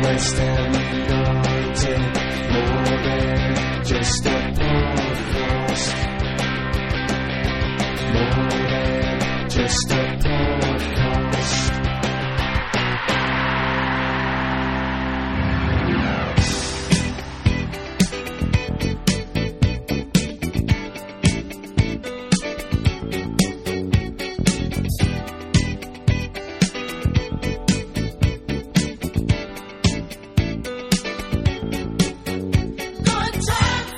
West Ham United, more than just a podcast. More than just a podcast. Good times,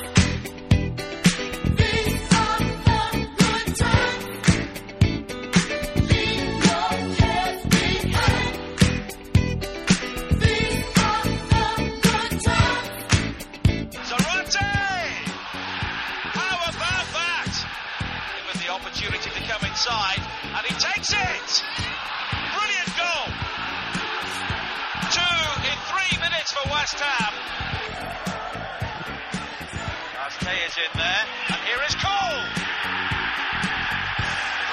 these are the good times. Leave your cares behind. These are the good times. Zarate! How about that? With the opportunity to come inside, and he takes it! Brilliant goal! Two in three minutes for West Ham. Arte is in there, and here is Cole!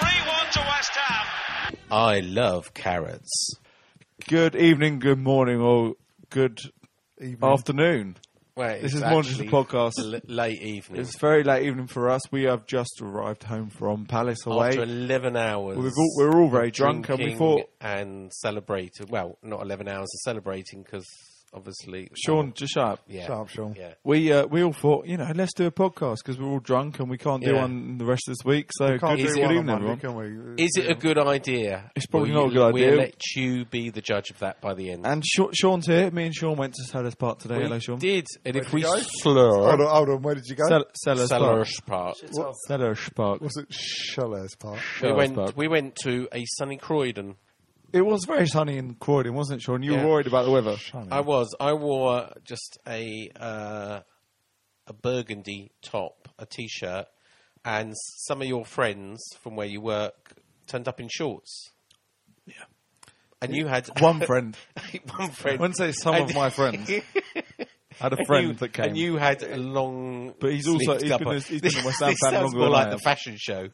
3-1 to West Ham. I love carrots. Good evening, good morning, or good afternoon. Wait, This it's is Monsters actually Podcast. l- late evening. It's very late evening for us. We have just arrived home from Palace away. After 11 hours. We've all- we're all very drunk and we drinking thought- And celebrated. Well, not 11 hours of celebrating because obviously. Sean, just shut up. Yeah. Shut up, Sean. Yeah. We uh, we all thought, you know, let's do a podcast because we're all drunk and we can't do Yeah. one the rest of this week. So Can't good, do good one on evening, Monday, everyone. can we? Is it a good idea? It's probably not a Will you- good idea. We'll let you be the judge of that by the end. And Sha- Sean's here. Me and Sean went to Sellers Park today. we Hello, Sean. did. And if we go? Hold slur on, hold on, where did you go? Sell- Sellers Park. Sellers Park, Sellers Park. Was it Shellers Park? we Sellers went. Park. We went to a sunny Croydon. It was very sunny in Croydon, wasn't it, Sean? You Yeah. were worried about the weather. I was. I wore just a uh, a burgundy top, a t-shirt, and some of your friends from where you work turned up in shorts. Yeah, and you had One friend. I one friend. wouldn't say some And- of my friends. I had a you, friend that came. and you had a long. But he's also- sleeved he's been upper. a- he's been a West Ham This fan sounds longer more than I like the have. fashion show.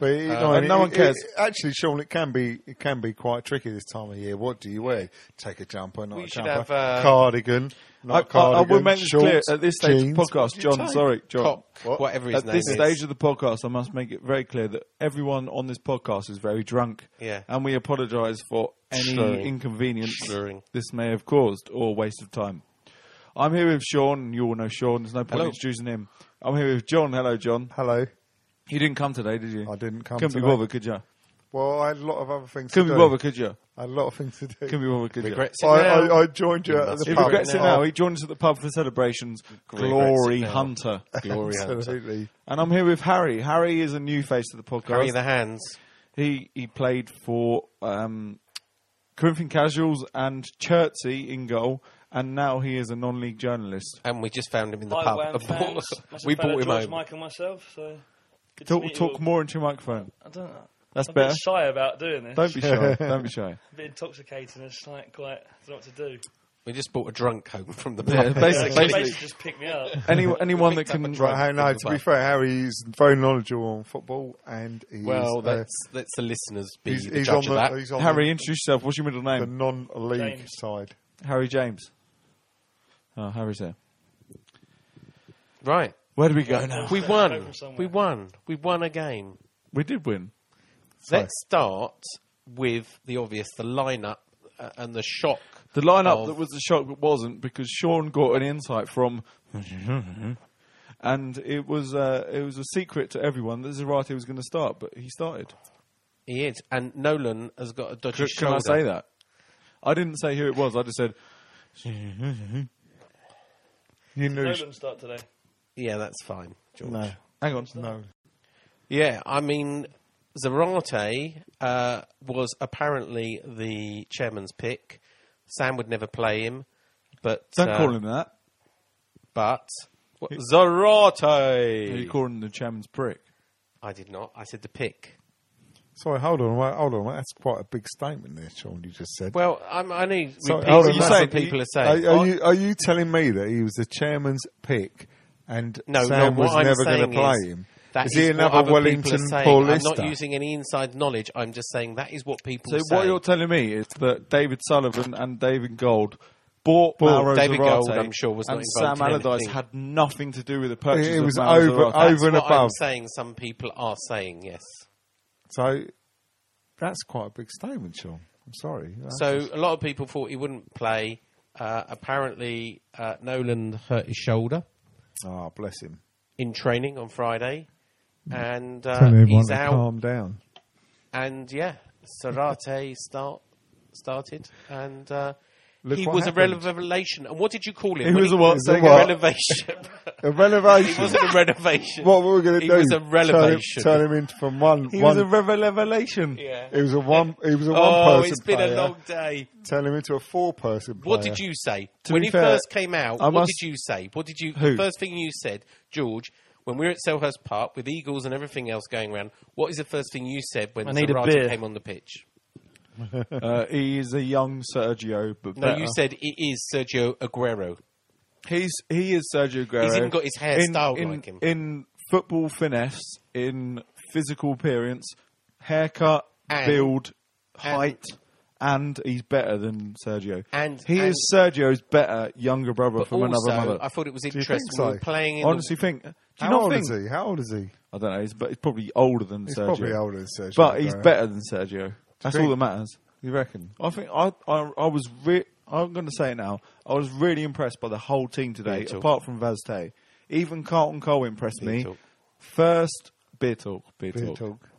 But you Uh, know, and no it- one cares. it- actually, Sean, it can be it can be quite tricky this time of year. What do you wear? Take a jumper, not We a should jumper. have, uh, cardigan, I, not I, I cardigan. will make this clear shorts, at this stage jeans. of the podcast, John. Sorry, John. Cock, What? whatever his At name this is. stage of the podcast, I must make it very clear that everyone on this podcast is very drunk. Yeah. And we apologise for any Slurring. inconvenience Slurring. this may have caused or waste of time. I'm here with Sean. You all know Sean. There's no point Hello. introducing him. I'm here with John. Hello, John. Hello. You didn't come today, did you? I didn't come Couldn't today. be bothered, could you? Well, I had a lot of other things Couldn't to be do. bothered, could you? I had a lot of things to do. Couldn't be bothered, could you? Regrets I, it now. I, I joined you You at must the He regret pub. regrets it now. now. He joins us at the pub for celebrations. Regrets Glory it now. Hunter. Glory Hunter. Absolutely. And I'm here with Harry. Harry is a new face to the Harry podcast. the hands. he he played for um, Corinthian Casuals and Chertsey in goal, and now he is a non-league journalist. And we just found him in the Hi, pub. Wham fans. Must we have bought found out him George, home. Mike and myself. So good to Talk meet you talk all. more into your microphone. I don't know. That's I'm a better. bit shy about doing this. Don't be shy. Don't be shy. a bit intoxicated. It's like quite. I don't know what to do. We just bought a drunk home from the Yeah, pub. basically. Basically, just pick me up. Any, anyone that picked up a can drug Right, Harry, no, to be fair, Harry's very knowledgeable on football and he's, Well, uh, that's that's the listeners be he's, the he's on judge of the, that. he's on Harry, introduce yourself. What's your middle the, the name? non-league James. side. Harry James. Oh, Harry's there. Right. Where do we go now? We Go won. from somewhere. We won. We won a game. We did win. Let's start with the obvious, the lineup uh, and the shock. The lineup of- that was the shock but wasn't because Sean got an insight from, and it was uh, it was a secret to everyone that Zarate was going to start, but he started. He is, and Nolan has got a dodgy Can shoulder. I say that? I didn't say who it was. I just said You knew. Nolan start today. Yeah, that's fine. George. No, Hang on. no. Yeah, I mean, Zarate uh, was apparently the chairman's pick. Sam would never play him, but Don't uh, call him that. But what, You Zarate. call him the chairman's prick. I did not. I said the pick. Sorry, hold on, wait, hold on. wait, That's quite a big statement there, Sean. You just said. Well, I'm, I need to Sorry, repeat hold what on, you that's- say people are saying. Are, are you are you telling me that he was the chairman's pick and No, Sam no, was what never I'm going saying to play is, him? That is he what another other Wellington people are Paul saying. Lister? I'm not using any inside knowledge. I'm just saying that is what people So say. what you're telling me is that David Sullivan and David Gold bought Mauro David Zarate, Gold, I'm sure, was and not involved Sam in Allardyce anything. had nothing to do with the purchase. It- it of was Mauro over- Zarate. over and That's what I'm above. saying some people are saying, yes. So that's quite a big statement, Sean. I'm sorry. That's So just- a lot of people thought he wouldn't play. Uh, apparently, uh, Nolan hurt his shoulder ah, bless him. in training on Friday, Mm. and uh, Telling everyone he's to out. calm down. And yeah, Sarate start started, and uh, Look he what was happened. a revelation. And what did you call him? He When was a what? He was a Saying what? renovation. A renovation. It wasn't a renovation. what were we going to He do? was a renovation. Turn him, turn him into from one. He one was a revelation. Yeah. it was a one. It was a one Oh, person it's been player. a long day. Turn him into a four-person player. What did you say To when be he fair, first came out? I what must- did you say? What did you? Who? The first thing you said, George, when we were at Selhurst Park with Eagles and everything else going around. What is the first thing you said when I need a Zarate beer. came on the pitch? Uh, he is a young Sergio, but No, better. you said it is Sergio Aguero. he's he is Sergio Aguero. He's even got his hair in, styled in, like him. in football finesse, in physical appearance, haircut, And- build, height, and he's better than Sergio. And- he and- is Sergio's better younger brother But from also, another mother. I thought it was you think interesting. We were so? playing in the- Honestly, think. Do you How not old think? is he? How old is he? I don't know. He's, but he's probably older than He's Sergio. probably older than Sergio. But he's Aguero. better than Sergio. That's think? all that matters. You reckon? I think I I, I was re- I'm going to say it now. I was really impressed by the whole team today, Beer talk. apart from Vazte. Even Carlton Cole impressed me. talk. First beer talk, beer, Beer talk. talk.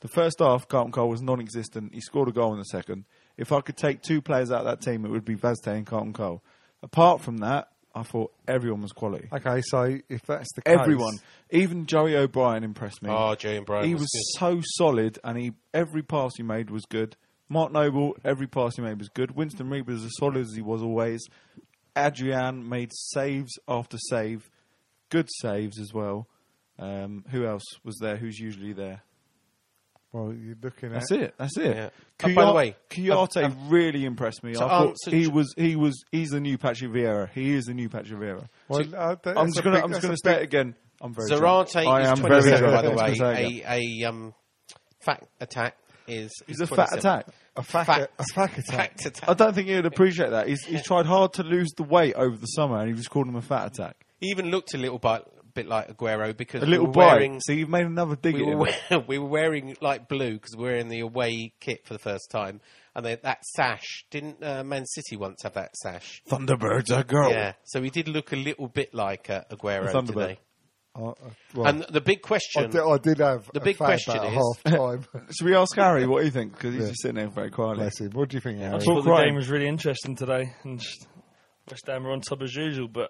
The first half, Carlton Cole was non-existent. He scored a goal in the second. If I could take two players out of that team, it would be Vazte and Carlton Cole. Apart from that, I thought everyone was quality. Okay, so if that's the case, Everyone, even Joey O'Brien impressed me. Oh, Joey O'Brien He was was so solid, and he every pass he made was good. Mark Noble, every pass he made was good. Winston Reed was as solid as he was always. Adrian made saves after save, good saves as well. Um, who else was there? Who's usually there? Well, you're looking at That's it. That's it. Yeah. Kuyat- Oh, by the way, um, Kuyate I've- really impressed me. I To thought answer- he was he was he's the new Patrick Vieira. He is the new Patrick Vieira. Well, uh, that- I'm that's just a gonna big- I'm just that's a gonna big- say it again. I'm very drunk. Zarate I is am 27, very by drunk. the I'm just gonna say it way. again. A, a um, fat attack is. He's is a fat 27. attack. a fact, Fact. a fact attack. Fact attack. I don't think he'd appreciate that. He's, he's tried hard to lose the weight over the summer, and he was calling him a fat attack. He even looked a little bit, bit like Aguero because A little we were bite. wearing, so you've made another dig we, at were, him. wear- we were wearing light blue because we were in the away kit for the first time, and they, that sash didn't uh, Man City once have that sash? Thunderbirds are girl. Yeah, so he did look a little bit like uh, Aguero A Thunderbird. today. I- I- uh, well, And the big I question, did, I did have The a big fag question about is- half time. Should we ask Harry what he thinks? Because he's Yeah. just sitting there very quietly. Bless him. What do you think, I Harry? just Paul thought the Crying. game was really interesting today, and just West Ham were on top as usual. But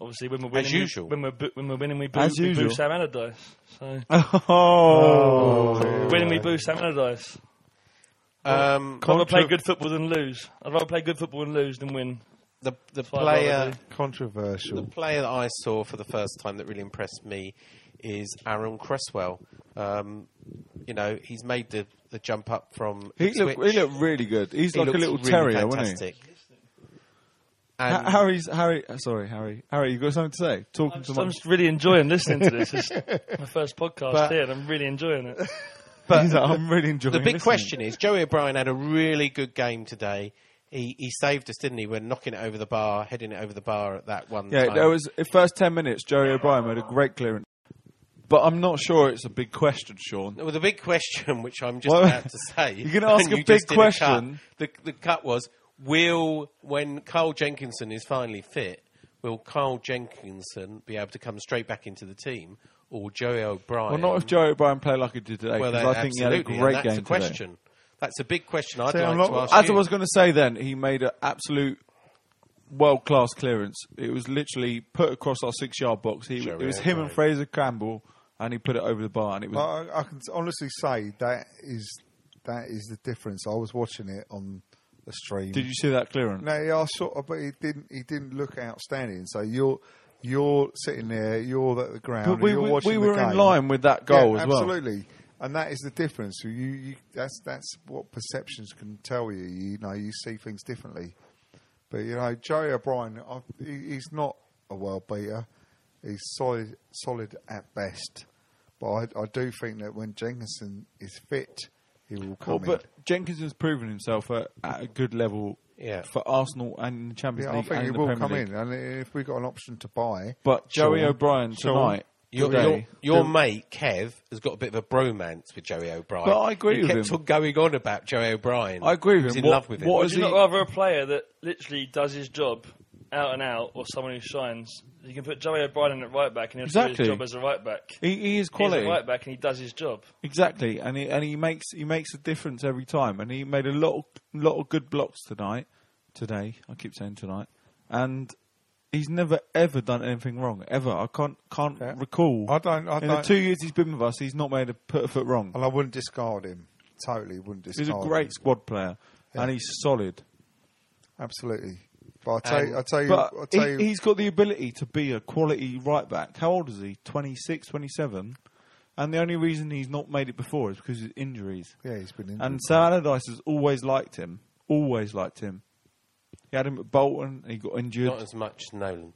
obviously, when we're winning, As we- usual. when we're boo- when we're winning, we boo, As we usual. boo Sam Allardyce. So Oh, winning, we boo Sam Allardyce. um, I'd rather play good football than lose. I'd rather play good football and lose than win. the the what I'd rather player do. The Controversial. player that I saw for the first time that really impressed me is Aaron Cresswell. Um, you know, he's made the, the jump up from he, looked, Ipswich. he looked really good. He's He like a looks little really terrier, wasn't he? fantastic. And Ha- Harry's Harry. uh, Sorry, Harry. Harry, you got something to say? Talking I'm to just, my. I'm just really enjoying listening to this. It's my first podcast But- here, and I'm really enjoying it. He's like, I'm really enjoying. the big listening." question is Joey O'Brien had a really good game today. He he saved us, didn't he? When knocking it over the bar, heading it over the bar at that one. Yeah, time. there was the first ten minutes. Jerry O'Brien made a great clearance, but I'm not sure it's a big question, Sean. Well, the big question, which I'm just Well, about to say, you're gonna ask and a you big just did question. cut. the the cut was: Will when Carl Jenkinson is finally fit, will Carl Jenkinson be able to come straight back into the team, or Joey O'Brien? Well, not if Jerry O'Brien played like he did today. Well, because that- I think he had a absolutely, and great that's game a today. question. That's a big question. I'd See, like I'm to not- ask As you. I was going to say, then he made an absolute world class clearance. It was literally put across our six yard box. He, Sure, it was yeah, him and right. Fraser Campbell, and he put it over the bar. And it was I, I can honestly say that is that is the difference. I was watching it on the stream. Did you see that clearance? No, yeah, I saw, but he didn't. He didn't look outstanding. So you're you're sitting there, you're at the ground, But we- you're we- watching we the were in game. line with that goal Yeah, as well. Absolutely, and that is the difference. You, you that's that's what perceptions can tell you. You know, you see things differently. But you know, Joey O'Brien, I, he, he's not a world beater. He's solid, solid at best. But I, I do think that when Jenkinson is fit, he will come Well, in. but Jenkins has proven himself at, at a good level Yeah. for Arsenal and in the Champions Yeah, I League think and he in the will Premier come League. in, and if we got an option to buy, But Joey Sure. O'Brien Sure. tonight, Your, today, your, your mate Kev has got a bit of a bromance with Joey O'Brien. But I agree he with kept him. on going on about Joey O'Brien. I agree with He was him. in What- love with him. what Would is you not he- rather a player that literally does his job out and out, or someone who shines? You can put Joey O'Brien in at right back, and he'll do Exactly. his job as a right back. he, he is He's quality. a right back, and he does his job. Exactly, and he and he makes he makes a difference every time, and he made a lot of, lot of good blocks tonight. Today, I keep saying tonight, and he's never ever done anything wrong ever. I can't can't Yeah. recall. I don't- I in the don't- two years he's been with us, he's not made a put a foot wrong. and I wouldn't discard him. Totally wouldn't discard. He's a great him. squad player, and he's solid. absolutely. But I tell, you, And- I tell you, Um, But I tell he, you, he's got the ability to be a quality right back. How old is he? 26, 27? And the only reason he's not made it before is because of injuries. yeah, he's been in. And Sam Allardyce has always liked him. Always liked him. He had him at Bolton. He got injured. Not as much as Nolan.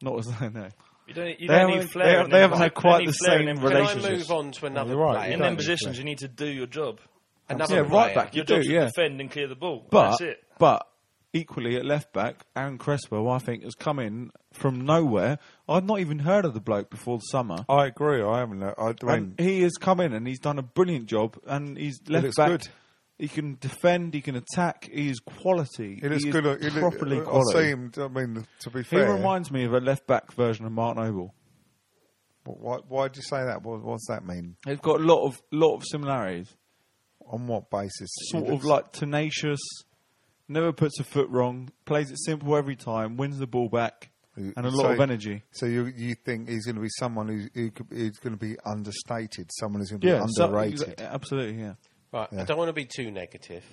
Not as I know. You don't, you They don't need haven't- flair. they- in they them haven't had posi- quite you don't the need flair in same them Can I relationship. positions. move on to another You're right, player? you In don't them need positions, you need to do your job. Another Yeah, player. right back. Your You do, job's to yeah. defend and clear the ball. But That's it. but equally at left back, Aaron Cresswell, I think, has come in from nowhere. I'd not even heard of the bloke before the summer. I agree. I haven't. I, I And he has come in and he's done a brilliant job. And he's left looks back. good. He can defend. He can attack. He is quality. he looks he is good. He look- uh, properly I see quality. him. I mean, to be He fair, reminds me of a left back version of Mark Noble. why, why do you say that? What, what's that mean? They've got a lot of lot of similarities. On what basis? He sort of looks- like tenacious, never puts a foot wrong, plays it simple every time, wins the ball back, You- and a so- lot of energy. So you you think he's going to be someone who's who could, who's going to be understated? Someone who's going to Yeah, be so- underrated. exa- absolutely. Yeah. Right, I Yeah. don't want to be too negative.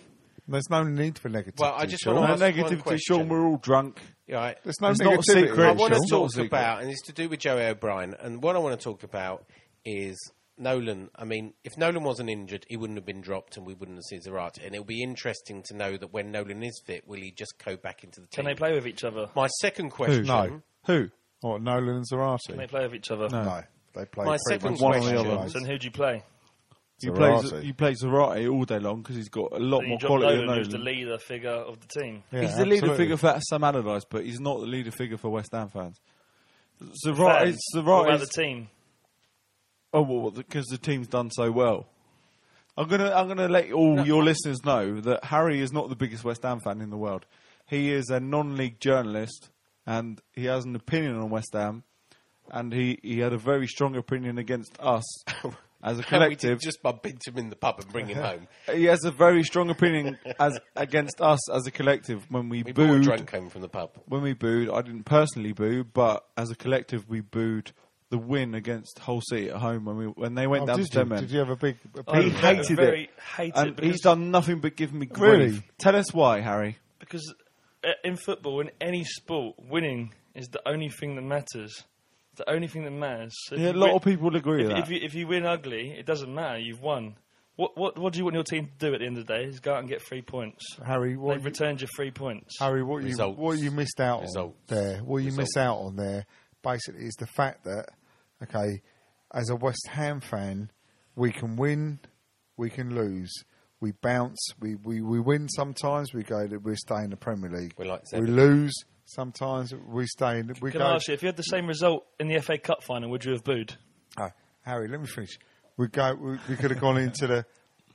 There's no need for negativity. Well, I just Sean. wanna No ask one negativity, question. Sean. We're all drunk. Right. There's no It's not a negativity. secret, I want to Sean. It's not a talk secret. about, and it's to do with Joey O'Brien. And what I want to talk about is Nolan. I mean, if Nolan wasn't injured, he wouldn't have been dropped, and we wouldn't have seen Zarate. And it'll be interesting to know that when Nolan is fit, will he just go back into the team? Can they play with each other? My second question. No. Who? What, Nolan and Zarate? Can they play with each other? No, they play My pretty second much One or the the same other. place. So then who do you play? You play, Zarate. you play Zarate all day long because he's got a lot Then you more drop quality Nolan, than Nolan. who's the leader figure of the team. Yeah, he's the leader absolutely. figure for Sam Allardyce, but he's not the leader figure for West Ham fans. Zarate, Fans, what about Zarate, the team? Oh well, because the team's done so well. I'm gonna I'm gonna let all your listeners know that Harry is not the biggest West Ham fan in the world. He is a non-league journalist, and he has an opinion on West Ham, and he, he had a very strong opinion against us as a And we did collective. just bump into him in the pub and bring him home. He has a very strong opinion as against us as a collective when we, We brought a booed. drunk home from the pub. When we booed, I didn't personally boo, but as a collective, we booed the win against Hull City at home when we when they went Oh, down did, to their you, men. did you have a big? Oh, A I He big had a hated very- it. hated and because- he's done nothing but give me grief. Really? Tell us why, Harry. Because uh, in football, in any sport, winning is the only thing that matters. It's the only thing that matters. So if Yeah, a you lot win- of people would agree If, with that. if you, if you win ugly, it doesn't matter. You've won. What, what, what do you want your team to do at the end of the day? Is go out and get three points. Harry, what They've you- returned you three points. Harry, what you Results. what you missed out Results. on there, what you miss Results. out on there, basically is the fact that okay, as a West Ham fan, we can win, we can lose, we bounce, we, we, we win sometimes, we go, we stay in the Premier League, We're like we Zenit. lose sometimes, we stay in, we Can go. I ask you, if you had the same result in the FA Cup final, would you have booed? Oh, Harry, let me finish. We go. We, we could have gone into the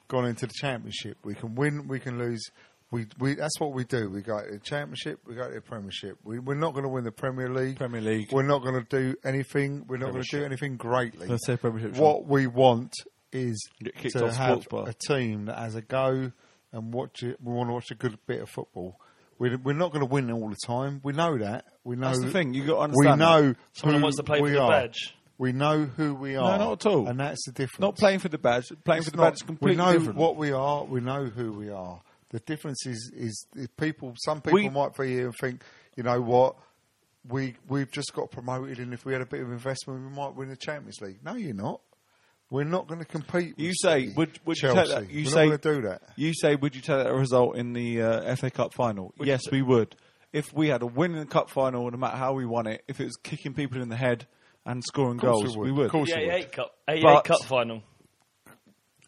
gone into the championship. We can win. We can lose. We, we that's what we do. We go to the championship. We go to the Premiership. We, we're not going to win the Premier League. Premier League. We're not going to do anything. We're not going to do anything greatly. Let's say Premiership, Sean. What we want is Get kicked to off have sports bar. a team that has a go and watch it. We want to watch a good bit of football. We're, we're not going to win all the time. We know that. We know That's the thing, you gotta We understand that. know Someone who wants to play for we the are. badge. We know who we are. not at all. And that's the difference. Not playing for the badge. Playing It's for the not- badge is completely We know different. what we are. We know who we are. The difference is, is if people. Some people We- might be here and think, you know what, we we've just got promoted, and if we had a bit of investment, we might win the Champions League. No, you're not. We're not going to compete. You with say, City, would, would you Chelsea. take that? You We're say, not going to do that. You say, would you take that result in the uh, FA Cup final? yes, we would. If we had a win in the cup final, no matter how we won it, if it was kicking people in the head and scoring course goals, we we would. would. Of course The we 88 would. Cup, 88 But- Cup final.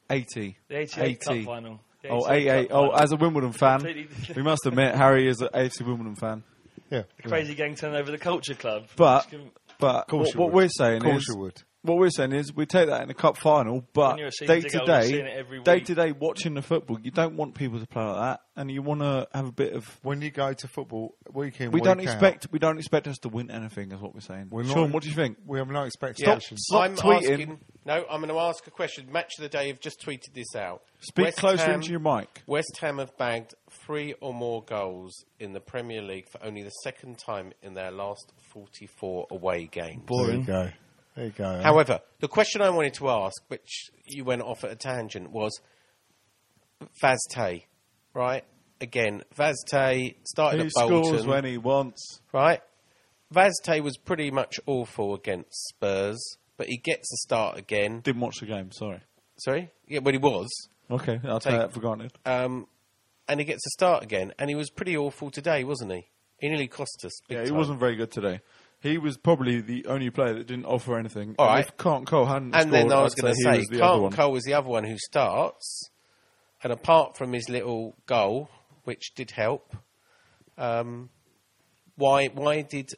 80. The 88 Cup final. The Oh, 88 88. Cup Oh, final. as a Wimbledon fan, Completely- we must admit Harry is an AFC Wimbledon fan. Yeah. The crazy gang turned over the culture club. But Just give 'em- but course what, you what would. we're saying Course is you would. what we're saying is we take that in the cup final, but When you're a season day ticket to holder, you're seeing it day, every day week. to day, watching the football, you don't want people to play like that, and you want to have a bit of. When you go to football week in, We week don't out, expect we don't expect us to win anything, is what we're saying. We're not- Sean, what do you think? We have no Yeah. expectations. Stop I'm tweeting. asking. No, I'm going to ask a question. Match of the day have just tweeted this out. Speak closer into your mic. West Ham have bagged three or more goals in the Premier League for only the second time in their last 44 away games. There you go. There you go. However, the question I wanted to ask, which you went off at a tangent, was Vazte, right? Again, Vazte started Who at Bolton, scores when he wants? right? Vazte was pretty much awful against Spurs, but he gets a start again. Didn't watch the game. Sorry. Sorry, yeah, well he was. Okay, I'll take Take- that for granted. um, and he gets a start again. And he was pretty awful today, wasn't he? He nearly cost us. big Yeah, he time. wasn't very good today. He was probably the only player that didn't offer anything. All And right. If Can't Cole hadn't And then scored, I was I'd going to he say, was the other Carl one. Cole was the other one who starts, and apart from his little goal, which did help, um, why why did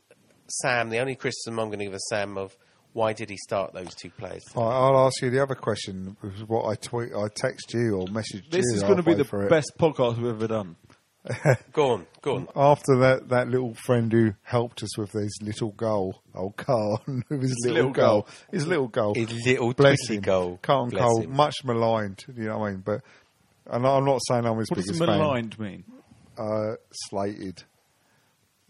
Sam? The only criticism I'm going to give of Sam of why did he start those two players? All right, I'll ask you the other question, which is what I tweet, I text you or message This you. is going to be halfway the through it. best podcast we've ever done. Go on, go on. After that, that little friend who helped us with his little goal, old Carl, with his little, little goal, goal. his little goal, His little bless twiddly him, goal. Carl Bless Cole, him. much maligned. You know what I mean? But and I'm not saying I'm his What does biggest fan. maligned mean? Uh, slated,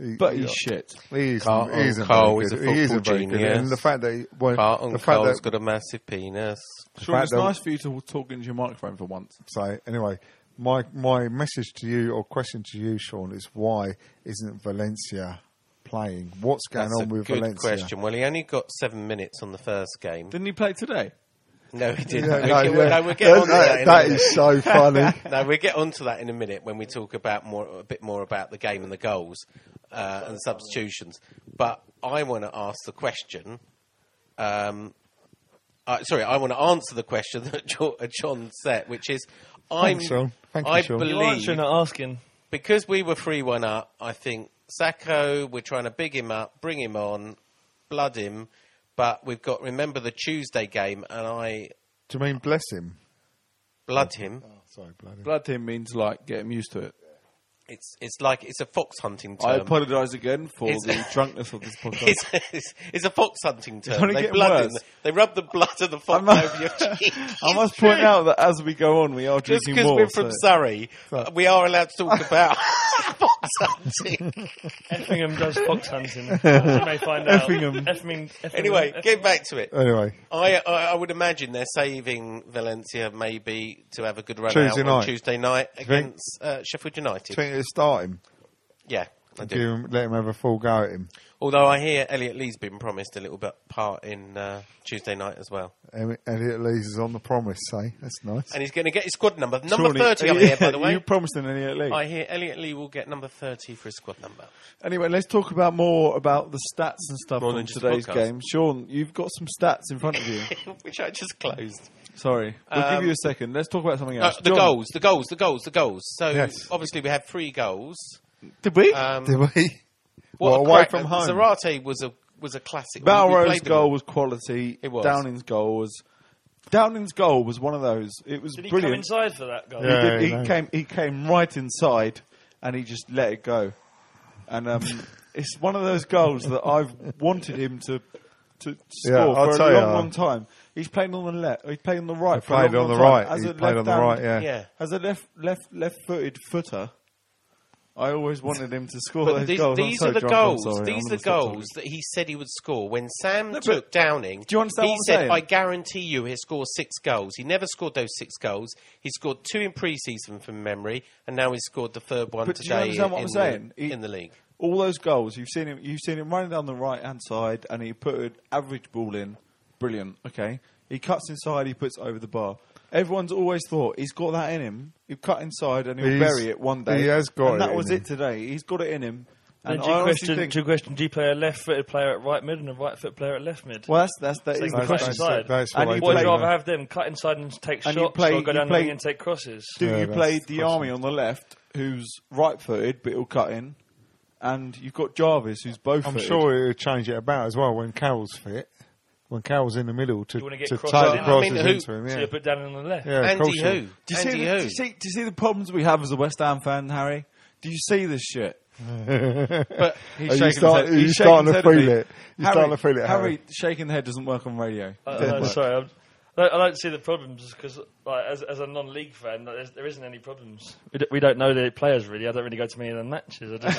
He- But he- he's shit. He is. Carl He isn't Cole very is a good. he isn't football very good. genius. And the fact that he, well, Carlton the fact Cole's that got a massive penis. Sean, fact it's that- nice for you to talk into your microphone for once. So anyway, my my message to you or question to you, Sean, is why isn't Valencia playing? What's going That's on a with good Valencia? question. Well, he only got seven minutes on the first game. Didn't he play today? No, he didn't. Yeah, okay, no, well, yeah. no, we'll get on to that. That- in a that minute. is so funny. No, we'll get onto that in a minute when we talk about more a bit more about the game and the goals uh, and substitutions. But I want to ask the question. Um, uh, sorry, I want to answer the question that Jo- uh, John set, which is, I'm, Thanks, Sean. Thank you, I Sean. You're believe answering, not asking. because we were three one up. I think Sacco, we're trying to big him up, bring him on, blood him. But we've got remember the Tuesday game, and I Do you mean bless him? blood him. Oh, Sorry, bloody. Blood him means like get him used to it. It's it's like it's a fox hunting term. I apologise again for It's- the drunkenness of this podcast. It's, it's, it's a fox hunting term. only They getting blood in worse. the- They rub the blood of the I fox mu- over your cheek. I must point out that as we go on, we are Just drinking because more. we're from so- Surrey, we are allowed to talk about fox hunting. Effingham does fox hunting. as you may find out. Effingham. Effingham. Effingham. anyway, get back to it. Anyway, I, I I would imagine they're saving Valencia maybe to have a good run Tuesday out night. on Tuesday night think? against uh, Sheffield United. do you think it's starting? Yeah, and give him, let him have a full go at him. Although I hear Elliot Lee's been promised a little bit part in uh, Tuesday night as well, Elliot Lees is on the promise, say that's nice. and he's going to get his squad number number Surely- thirty up here. By the You way, promised an Elliot Lee. I hear Elliot Lee will get number thirty for his squad number. Anyway, let's talk about more about the stats and stuff More on than just today's podcast. game. Sean, you've got some stats in front of you. Which I just closed. Sorry, we'll give Um, you a second. Let's talk about something Uh, else. the John, goals, the goals, the goals, the goals. So Yes. obviously we had three goals. Did we? Um, Did we? what well, a away crack. from Uh, home. Zarate was a was a classic. We- we Balro's played them. goal was quality. It was. Downing's goal was. Downing's goal was one of those. It was Did he come brilliant. inside for that goal? He, Yeah. did- he no. came. He came right inside, and he just let it go. And um, it's one of those goals that I've wanted him to to score Yeah, I'll for a tell long, you, I- long time. He's playing on the left. He's playing on the right. He for a long, played on long the time. right. As He a played on the left-hand- right. Yeah. Yeah. As a left left left footed footer, I always wanted him to score But those these, goals. I'm these so are the drunk, I'm goals. sorry. I'm These gonna are the stop goals that he said he would score. When Sam No, but- took Downing, Do you understand he what I'm said, saying? "I guarantee you, he'll score six goals." He never scored those six goals. He scored two in pre-season from memory, and now he's scored the third one But do you today understand what in, I'm saying? The, He- in the league. all those goals you've seen him you've seen him running down the right hand side and he put an average ball in brilliant okay he cuts inside he puts over the bar everyone's always thought he's got that in him he'll cut inside and he'll He's- bury it one day he has got and it that in was him. it today he's got it in him And and do I you honestly question, think do you question, do you play a left-footed player at right mid and a right-footed player at left mid? well that's that's that is Take the the cross question that's- inside. that's what and I you would play, rather man. have them cut inside and take And you shots play- or go you down the play- wing and take crosses. do Yeah, you that's play the Diarmi question. on the left who's right footed but he'll cut in and you've got Jarvis who's both I'm sure he'll change it about as well when Carroll's fit. When Carroll's in the middle to, You wanna to get take crosses in. the crosses I mean, who- into him. So Yeah, you put down on the left. yeah of course Andy you- who? Do you, see the, Andy do, who? you see, do you see the problems we have as a West Ham fan, Harry? Do you see this shit? But Are shaking you his start, head- you he's shaking starting his to head at feel me. it. You're starting to feel it, Harry. Harry, shaking the head doesn't work on radio. I, Doesn't I'm work. Uh, sorry, I'm, I don't- I don't see the problems because, like, as, as a non-league fan, like, there's- there isn't any problems. We don't, we don't know the players really. I don't really go to many of the matches. I don't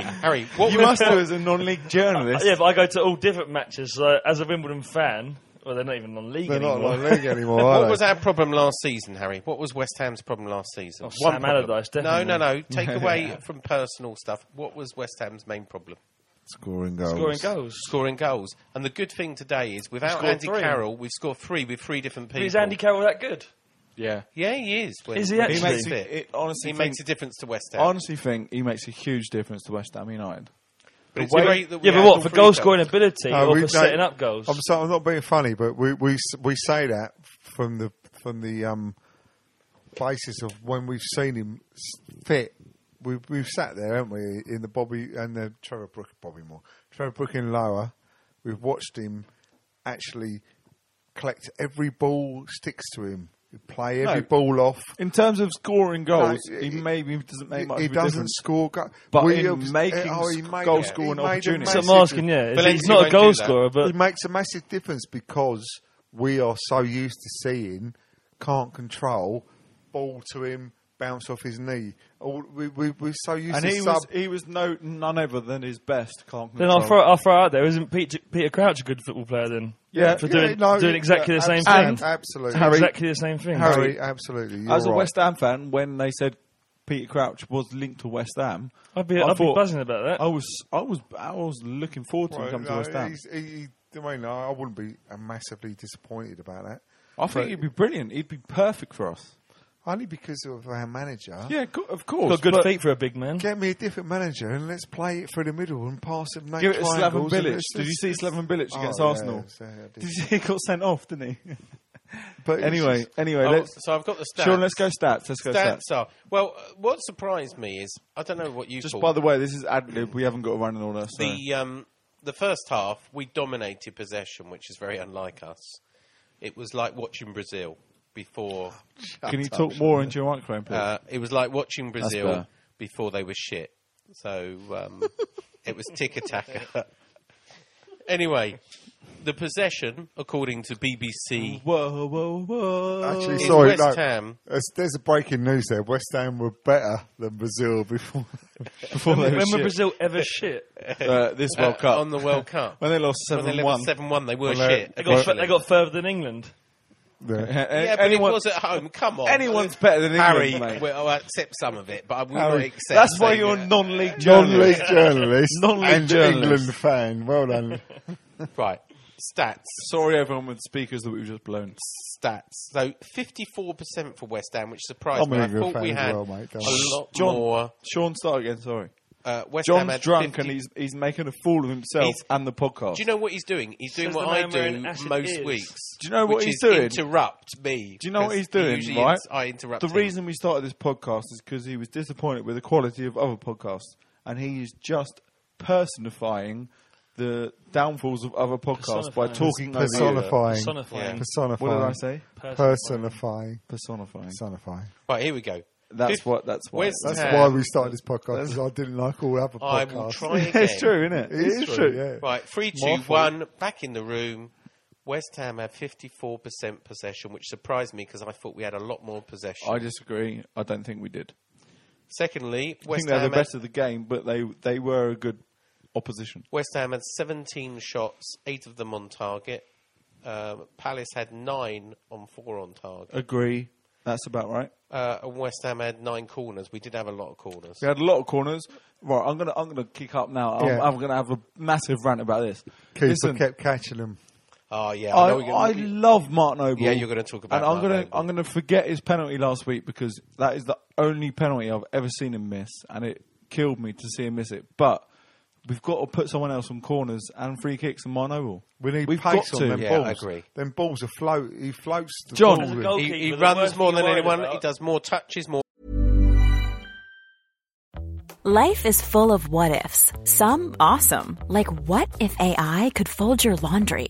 Harry, Harry, what You was- must do as a non-league journalist. Uh, yeah, but I go to all different matches. So as a Wimbledon fan, well, they're not even non-league They're not anymore. in the league anymore. are What they? was our problem last season, Harry? What was West Ham's problem last season? Oh, Sam problem. Allardyce, No, no, definitely. no. Take away from personal stuff. What was West Ham's main problem? scoring goals? Scoring goals. Scoring goals. And the good thing today is, without scored Andy three. Carroll, we've scored three with three different people. Is Andy Carroll that good? yeah. Yeah, he is. When, Is he when actually? He he's makes, Honestly. fit. a, it, honestly, He think, makes a difference to West I Ham. honestly think he makes a huge difference to West Ham United. But it's way- great that we Yeah, but had what all for three goal goals. scoring No, ability or Uh, we for don't- setting up goals? I'm, so, I'm not being funny, but we, we s- we say that from the from the um, basis of when we've seen him s- fit. We've we've sat there, haven't we, in the Bobby and the Trevor Brook, Bobby Moore, Trevor Brook in lower. We've watched him actually collect every ball sticks to him, play every No. ball off. In terms of scoring goals, No, he he- maybe doesn't make much he of a doesn't difference. score, go- But We in obs- making oh, he sc- made goal a- scoring he made a opportunities. so massive- I'm asking, yeah, Valencia he's not won't a do goal that. scorer, but it makes a massive difference because we are so used to seeing can't control ball to him bounce off his knee. All, we, we, we're so used And to he sub. was, he was no none other than his best. Can't Then I'll throw, I'll throw out there. Isn't Peter, Peter Crouch a good football player then? Yeah. For Yeah, doing, no, doing yeah, exactly the same absolutely, thing. Absolutely, Harry- Exactly the same thing. Harry, absolutely. You're As a right. West Ham fan, when they said Peter Crouch was linked to West Ham, I'd be, I I'd be thought- buzzing about that. I was, I was, I was looking forward to him Right, coming to no, West Ham. he's- he- he- I mean, I I wouldn't be uh, massively disappointed about that. I think he'd be brilliant. He'd be perfect for us. Only because of our manager. Yeah, co- of course. Got good but feet for a big man. Get me a different manager and let's play it through the middle and pass it. and make Give it to Slaven triangles and Bilic. let's- Did you see let's- Slaven Bilic Oh, against yeah, Arsenal? yeah, I did. Did you see he got sent off, didn't he? But it's anyway, just- anyway, Oh, let's. so I've got the stats. Sean, let's go stats. Let's go stats. Stats are well. uh, What surprised me is I don't know what you Just thought. by the way, this is ad lib. We haven't got a running order. So. the um, the first half we dominated possession, which is very unlike us. It was like watching Brazil before. Can you talk more into your microphone, please? Uh, it was like watching Brazil better. before they were shit. So um, it was tick attacker. anyway, the possession, according to BBC, whoa, whoa, whoa! Actually, in sorry, West no. Ham. There's- There's a breaking news there. West Ham were better than Brazil before. Before they When were will shit. Brazil ever shit? uh, this World uh, Cup on the World Cup when they lost when they seven left one. uh, seven one, they were Well, they- shit. They got, officially. they got further than England. Yeah. Yeah, but anyone, it was at home. Come on. anyone's better than Harry England, mate. will accept some of it, but I will not Harry, accept. uh, that's why saying you're that. non-league journalist. Non-league journalist Non-league and journalist. England fan. Well done. Right. Stats. Sorry, everyone with speakers that we've just blown. Stats. So 54% for West Ham, which surprised I'm an me. I England thought fan we as had well, mate, a don't worry. lot John, more. Sean, start again. Sorry, Uh, West Ham John's had drunk 50 and he's he's making a fool of himself He's- and the podcast. Do you know what he's doing? He's doing Says what the I man wearing do ashen most ears. weeks. Do you know what which he's is doing? Interrupt me. Do you know what 'cause he's doing? usually right, it's- I interrupt. The him. reason we started this podcast is because he was disappointed with the quality of other podcasts, and he is just personifying the downfalls of other podcasts by Personifying. talking over you. Personifying. Personifying. Personifying. What did I say? Personifying. Personifying. Personifying. Right here we go. That's Fif- what. That's why. Where's- That's Yeah. why we started this podcast, because I didn't like all other podcasts. I will try again. it's true, isn't it? It is true, yeah. Right, three, two, My one. fault. Back in the room. West Ham had fifty-four percent possession, which surprised me because I thought we had a lot more possession. I disagree. I don't think we did. Secondly, I West think they're the Ham, best had, of the game, but they they were a good opposition. West Ham had seventeen shots, eight of them on target. Um, Palace had nine on four on Uh, target, Agree. That's about right. uh, and West Ham had nine corners. We did have a lot of corners. We had a lot of corners. Right, I'm gonna I'm gonna kick up now. I'm, Yeah. I'm gonna have a massive rant about this. Cooper Listen, kept catching them. Oh yeah, I, know you're I gonna- love Mark Noble. Yeah, you're gonna talk about And I'm Mark gonna Noble. I'm gonna forget his penalty last week because that is the only penalty I've ever seen him miss, and it killed me to see him miss it. But we've got to put someone else on corners and free kicks and Mark Noble. We need We've pace got on to. them Yeah, balls. I agree. Them balls are float. He floats the John. ball As a with- goal- He, goalkeeper, he the runs worst more thing than you're anyone. worried He about. does more touches, more Life is full of what ifs. Some awesome, like what if AI could fold your laundry?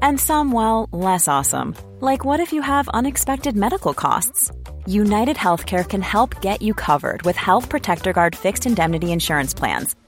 And some, well, less awesome, like what if you have unexpected medical costs? United Healthcare can help get you covered with Health Protector Guard fixed indemnity insurance plans.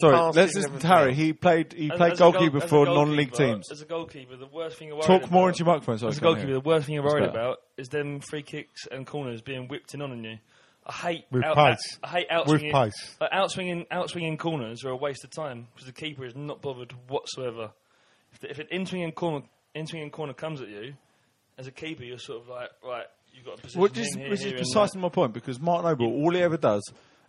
Sorry, Passes let's and listen to everything Harry. else. He played he As- played as a goal- goalkeeper as a for non-league goalkeeper- teams. As a goalkeeper, the worst thing you're worried Talk about, more into your microphone. Sorry, As a I can't goalkeeper, hear. the worst thing you're That's worried better. about is them free kicks and corners being whipped in on on you. I hate With out, uh, pace. I hate outswinging, With pace. Like outswinging, outswinging corners are a waste of time because the keeper is not bothered whatsoever. If, the, if an in-swinging corner, in-swinging corner comes at you, as a keeper, you're sort of like, right, you've got a position. Well, this, in here, this is here, and precisely there. my point because Mark Noble, all he ever does,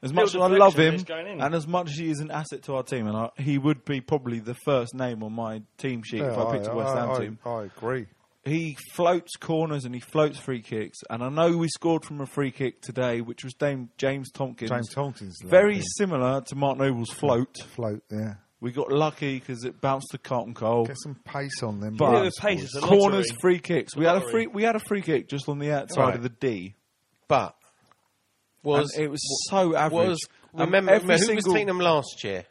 as much as I deflection, love him it's going in. and as much as he is an asset to our team, and I, he would be probably the first name on my team sheet Yeah, if I picked a West Ham I, team. I agree. He floats corners and he floats free kicks, and I know we scored from a free kick today, which was Dame James Tompkins. James Tompkins, very lovely. similar to Mark Noble's float. Float, yeah. We got lucky because it bounced to Carlton Cole. Get some pace on them. But Yeah, balls, the pace boys. is a lottery. corners, free kicks. We had a lottery. free. We had a free kick just on the outside Right. of the D. But was and it was so average. was And remember, every remember who was single- taking them last year?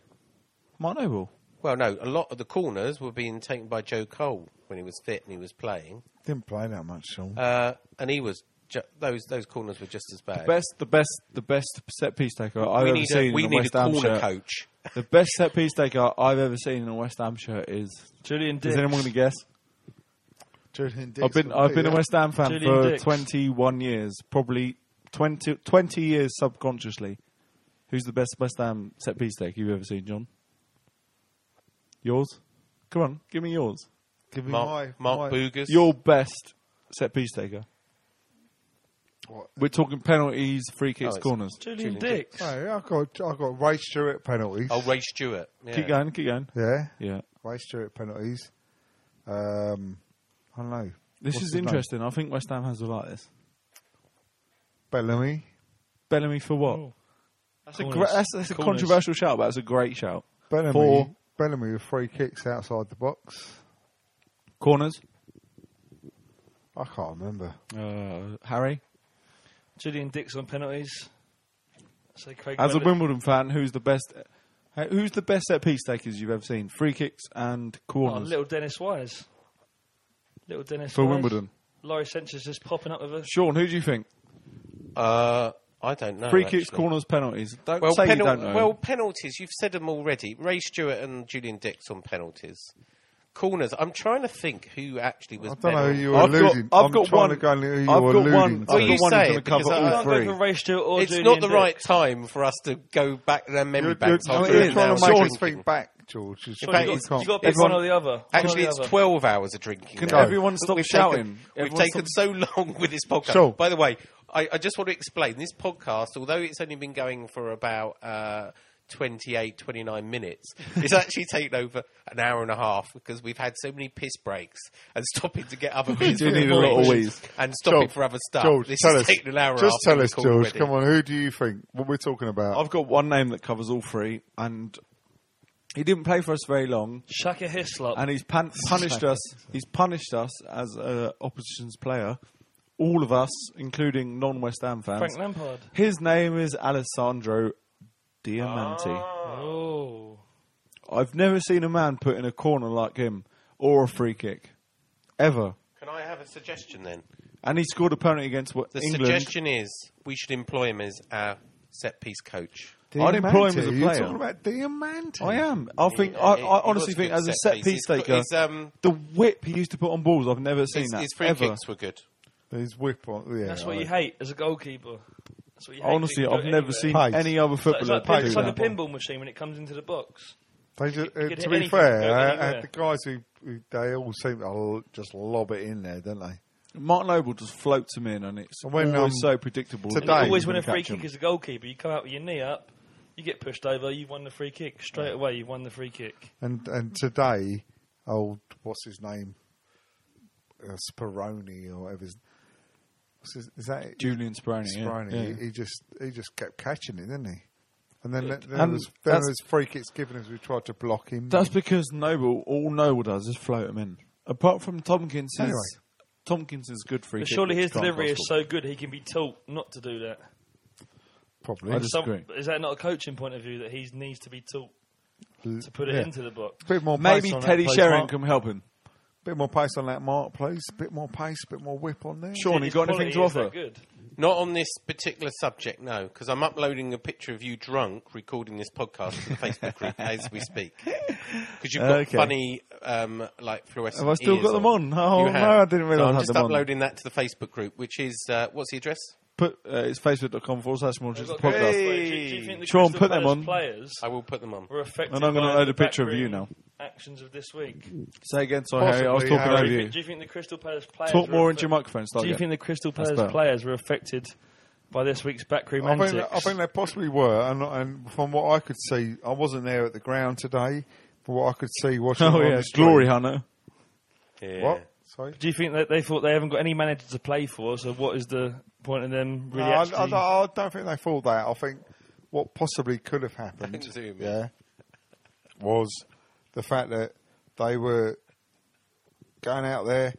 Mark Noble. Well, no, a lot of the corners were being taken by Joe Cole when he was fit and he was playing, Didn't play that much, Sean. uh, and he was ju- those those corners were just as bad. Best, the best, the best set piece taker I've we ever need seen. a, we in need a West a Ham corner shirt. coach. The best set piece taker I've ever seen in a West Ham shirt is. Julian Dix. Is anyone going to guess? Julian I've been I've been a West Ham fan Julian for Dix. 21 years, probably 20, 20 years subconsciously. Who's the best West Ham set piece taker you've ever seen, John? Yours? Come on, give me yours. Give me Mark, my, Mark my, Boogers. Your best set piece taker. What? We're talking penalties, free Oh, kicks, it's- corners. Julian, Dix. Hey, I got I got Ray Stewart penalties. Oh, Ray Stewart. Yeah. Keep going, keep going. Yeah, Yeah. Ray Stewart penalties. Um, I don't know. This What's is his name? interesting. I think West Ham has a like this. Bellamy. Bellamy for what? Oh. That's a, Corners. gre- that's, that's a Corners. controversial shout, but that's a great shout. Bellamy. Four. Bellamy with three kicks outside the box. Corners. I can't remember. Uh, Harry. Julian Dix on penalties. Say Craig As a Miller- Wimbledon fan, who's the best? hey, Who's the best set piece takers you've ever seen? Free kicks and oh, corners little Dennis Wise. Little Dennis for Wise. Wimbledon. Laurie Sanchez just popping up with us. Sean, who do you think? Uh, I don't know. Free kicks, actually. corners, penalties. Don't Well, say you penal- don't know. well, penalties. You've said them already. Ray Stewart and Julian Dix on penalties. Corners. I'm trying to think who actually was. I don't know better. who you were I've got- alluding. I've I'm got trying one- to go and who you I've were got one- alluding I've Well, to. you got one say who's it gonna because cover I- all Can't three. go for Ray Stewart or It's Julian not the Dix. right time for us to go back their memory You're, you're, banks. you're, after an trying hour to make us drinking. think back, George. It's You've like fact, you it's- got, can't- you got to pick one or the other. One or Actually, the it's other. 12 hours of drinking. Can now. everyone stop We've shouting? Taken, we've Everyone taken so long with this podcast. Sure. By the way, I, I just want to explain this podcast, although it's only been going for about uh, 28, 29 minutes, it's actually taken over an hour and a half because we've had so many piss breaks and stopping to get other beers do for need a the lot of boys wheeze. and stopping George, for other stuff. George, this tell has us. taken an hour and a Just half tell us, to George. record already. Come on, who do you think? What we're talking about? I've got one name that covers all three, and he didn't play for us very long, Shaka Hislop. and he's pan- punished us. He's punished us as a opposition's player. All of us, including non-West Ham fans. Frank Lampard. His name is Alessandro Diamante. Oh. I've never seen a man put in a corner like him or a free kick ever. Can I have a suggestion then? And he scored a penalty against what, The England. suggestion is we should employ him as our set piece coach. I'd employ him as a Diamante, You're player. talking about Diamante. I am. I think. Yeah, I, he- I he honestly was good think, as a set set piece. piece He's- taker, he's, um, the whip he used to put on balls, I've never seen His, that his free ever. kicks were good. His whip on. Yeah, That's what I- you hate as a goalkeeper. That's what you hate Honestly, when you I've go never anywhere. seen Pace. any other It's like- footballer It's like, do it's like that. a pinball machine when it comes into the box. They ju- could uh, hit to be anything, fair, go uh, anywhere. uh, the guys who, who they all seem to l- just lob it in there, don't they? Martin Noble just floats him in, and it's And when, always um, so predictable. today- And you Dave, always you're win a gonna free catch kick him. as a goalkeeper. You come out with your knee up, you get pushed over, you've won the free kick. Straight away, you've won the free kick. And and today, old what's his name, uh, Speroni or whatever. His, what's his, is that it? Julian Speroni. yeah, Speroni. yeah. He, he just he just kept catching it, didn't he? And then th- And then was then um, that's- was free kicks given as we tried to block him. That's because Noble, all Noble does is float him in. Apart from Tompkins, Anyway. Tompkins is good free But kick. surely which his can't delivery is cross so good he can be taught not to do that. probably I It's Some- disagree. is that not a coaching point of view that he needs to be taught l- to put it yeah. into the box? Bit more court. Maybe pace on Teddy that, please, Sheringham Mark. can help him. Bit more pace on that mark, please. Bit more pace, bit more whip on there. Sean, he His got anything to quality offer? is that good. Not on this particular subject, no, because I'm uploading a picture of you drunk recording this podcast to the Facebook group as we speak. Because you've got Okay. funny, um, like fluorescent. Have I still ears got them on? Oh, You have. no, I didn't realise So I I'm had just them on. uploading that to the Facebook group, which is uh, what's the address? Put uh, it's facebook.com forward slash more just They've a got podcast. great players. Do you- do you think the Sean, Crystal put them Palace on. Players I will put them on. were affected And I'm going gonna to load a picture of you now. Actions of this week. Say again, sorry, Harry. I was Possibly, talking Harry. over Do you, you. think, do you think the Crystal Palace players Talk were more affect- into your microphone. Start Do you again. think the Crystal That's Palace better. players were affected by this week's backroom I antics? think, I think they possibly were, and, and from what I could see, I wasn't there at the ground today. From what I could see, watching Oh it on yeah, the stream- glory hunter. Yeah. What? Sorry, Do you think that they thought they haven't got any manager to play for? So what is the point of them no, really? I, I, actually- don't- I don't think they thought that. I think what possibly could have happened, Don't zoom in. yeah, was the fact that they were going out there,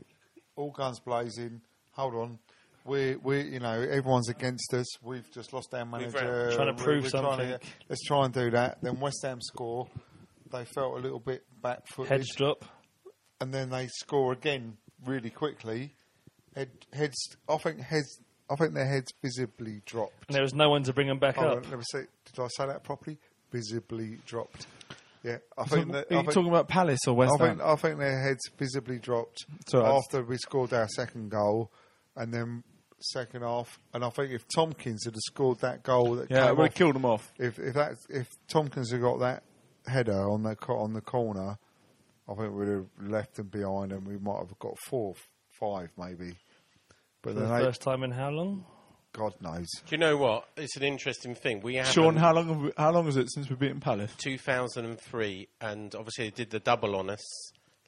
all guns blazing. Hold on. We, we, you know, everyone's against us. We've just lost our manager. trying to We're- prove we're trying to- something. let's try and do that. Then West Ham score. They felt a little bit back footed. Heads drop. and then they score again really quickly. Head, heads, I think heads, I think their heads visibly dropped. And there was no one to bring them back Hold up. on, let me say, did I say that properly? Visibly dropped. Yeah, I Are think. you that- I think- talking about Palace or West I Ham? think, I think their heads visibly dropped So I- after we scored our second goal, and then second half. And I think if Tompkins had scored that goal, that Yeah, came it would off- have killed him off. if if that if Tompkins had got that header on the co- on the corner, I think we'd have left them behind, and we might have got four, five maybe. But For the then they, first time in how long? God knows. Do you know what? It's an interesting thing. We have Sean, how long have we, how long is it since we've beaten Palace? 2003, and obviously they did the double on us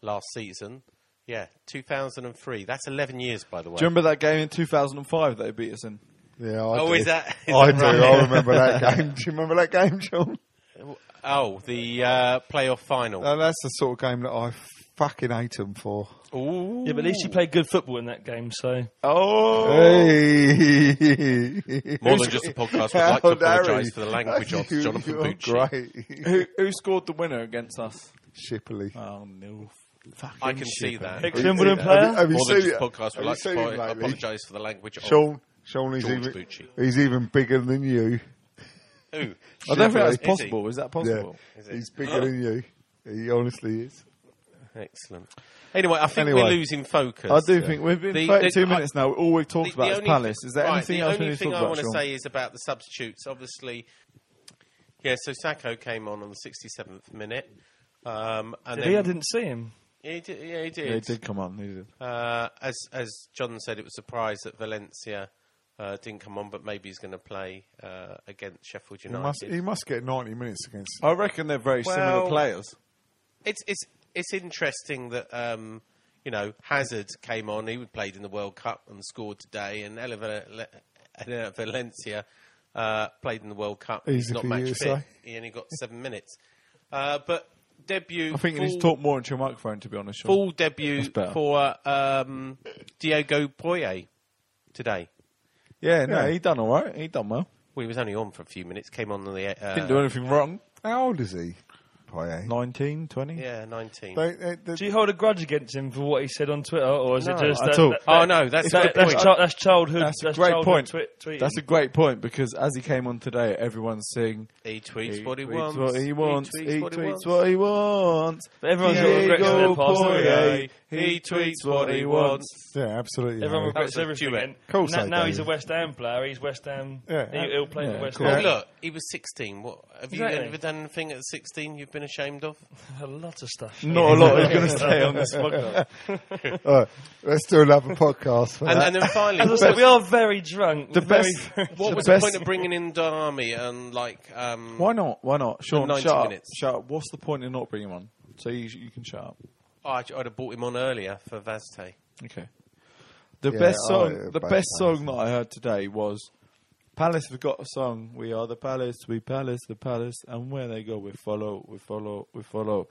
last season. Yeah, 2003. That's 11 years, by the way. Do you remember that game in 2005 that they beat us in? Yeah, I Oh, do. is that- is I that do. right? I remember that game. Do you remember that game, John? oh, the uh, playoff final. No, that's the sort of game that I fucking hate them for. Ooh. Yeah, but at least you played good football in that game, so Oh, Hey. More than just a podcast, we'd like to How dare apologise you. for the language of You- Jonathan you're Bucci. Great. who, who scored the winner against us? Shipley. Oh no, fucking I can see that. Ex I can Wimbledon see that. player? Have you More than seen just it? podcast, Have we'd you like seen to him lately? apologise for the language of Sean, Sean is George even, Bucci. he's even bigger than you. Who? I don't think that's Is he? possible. Is, that Yeah, possible? it? he's bigger than you. He honestly is. Excellent. Anyway, I think we're Anyway. losing focus. I do think we've been The- 32 the- minutes now. All we've talked about is only- Palace. Is there right, anything the else we only need to thing talk I about, want to Sean? say is about the substitutes. Obviously, yeah. So Sacco came on on the 67th minute, um, and Lee, I then didn't see him. he did. Yeah, They he did. did come on. They did. Uh, as as John said, it was a surprise that Valencia uh, didn't come on, but maybe he's going to play uh, against Sheffield He must, he United. must get 90 minutes against. I reckon they're very Well- similar players. It's it's it's interesting that. Um, you know, Hazard came on. He played in the World Cup and scored today. And Eleva, Le- Valencia uh, played in the World Cup. He's Easy not for match you to fit. say. He only got seven minutes. Uh, but debut. I think you full, need to talk more into your microphone, to be honest, Sean. full debut That's better. for um, Diego Poye today. Yeah, no, he done all right. He done well. Well, he was only on for a few minutes. Came on the uh, Didn't do anything wrong. How old is he? Poirier. 19, 20. yeah nineteen. They- they- they- Do you hold a grudge against him for what he said on Twitter, or is No, it just at that, all. that- oh no, that's a that- good that's, point. chi- that's childhood. That's a great childhood point. Twi- tweeting. That's a great point because as he came on today, everyone's saying he tweets he what he tweets wants. What he wants. He tweets, what, he wants. what he wants. But everyone's got Diego regrets for their past, haven't Poirier, they? He tweets what he wants. yeah, absolutely. Everyone regrets That's a everything. duet. And Of course now, they now do. he's a West Ham player. He's West Ham. Yeah. he, will play for West Oh, Ham. look, he was 16. What have you Exactly. ever done anything at 16 you've been ashamed of? A lot of stuff. Not a lot is going to stay on this podcast. All right, let's do another podcast. For And, that. and then As I finally, said, we are very drunk. The very, best- very what the was best- the point of bringing in Darmy and like um, Why not? Why not? Sean, 90 shut up. minutes. Shut up. What's the point in not bringing him on? So you, you can shut up. Oh, I'd, I'd have bought him on earlier for Vazte. Okay. The Yeah, best I- song, the both best times. song that I heard today was Palace. Have got a song. We are the Palace. We Palace. The Palace. And where they go, we follow. We follow. We follow.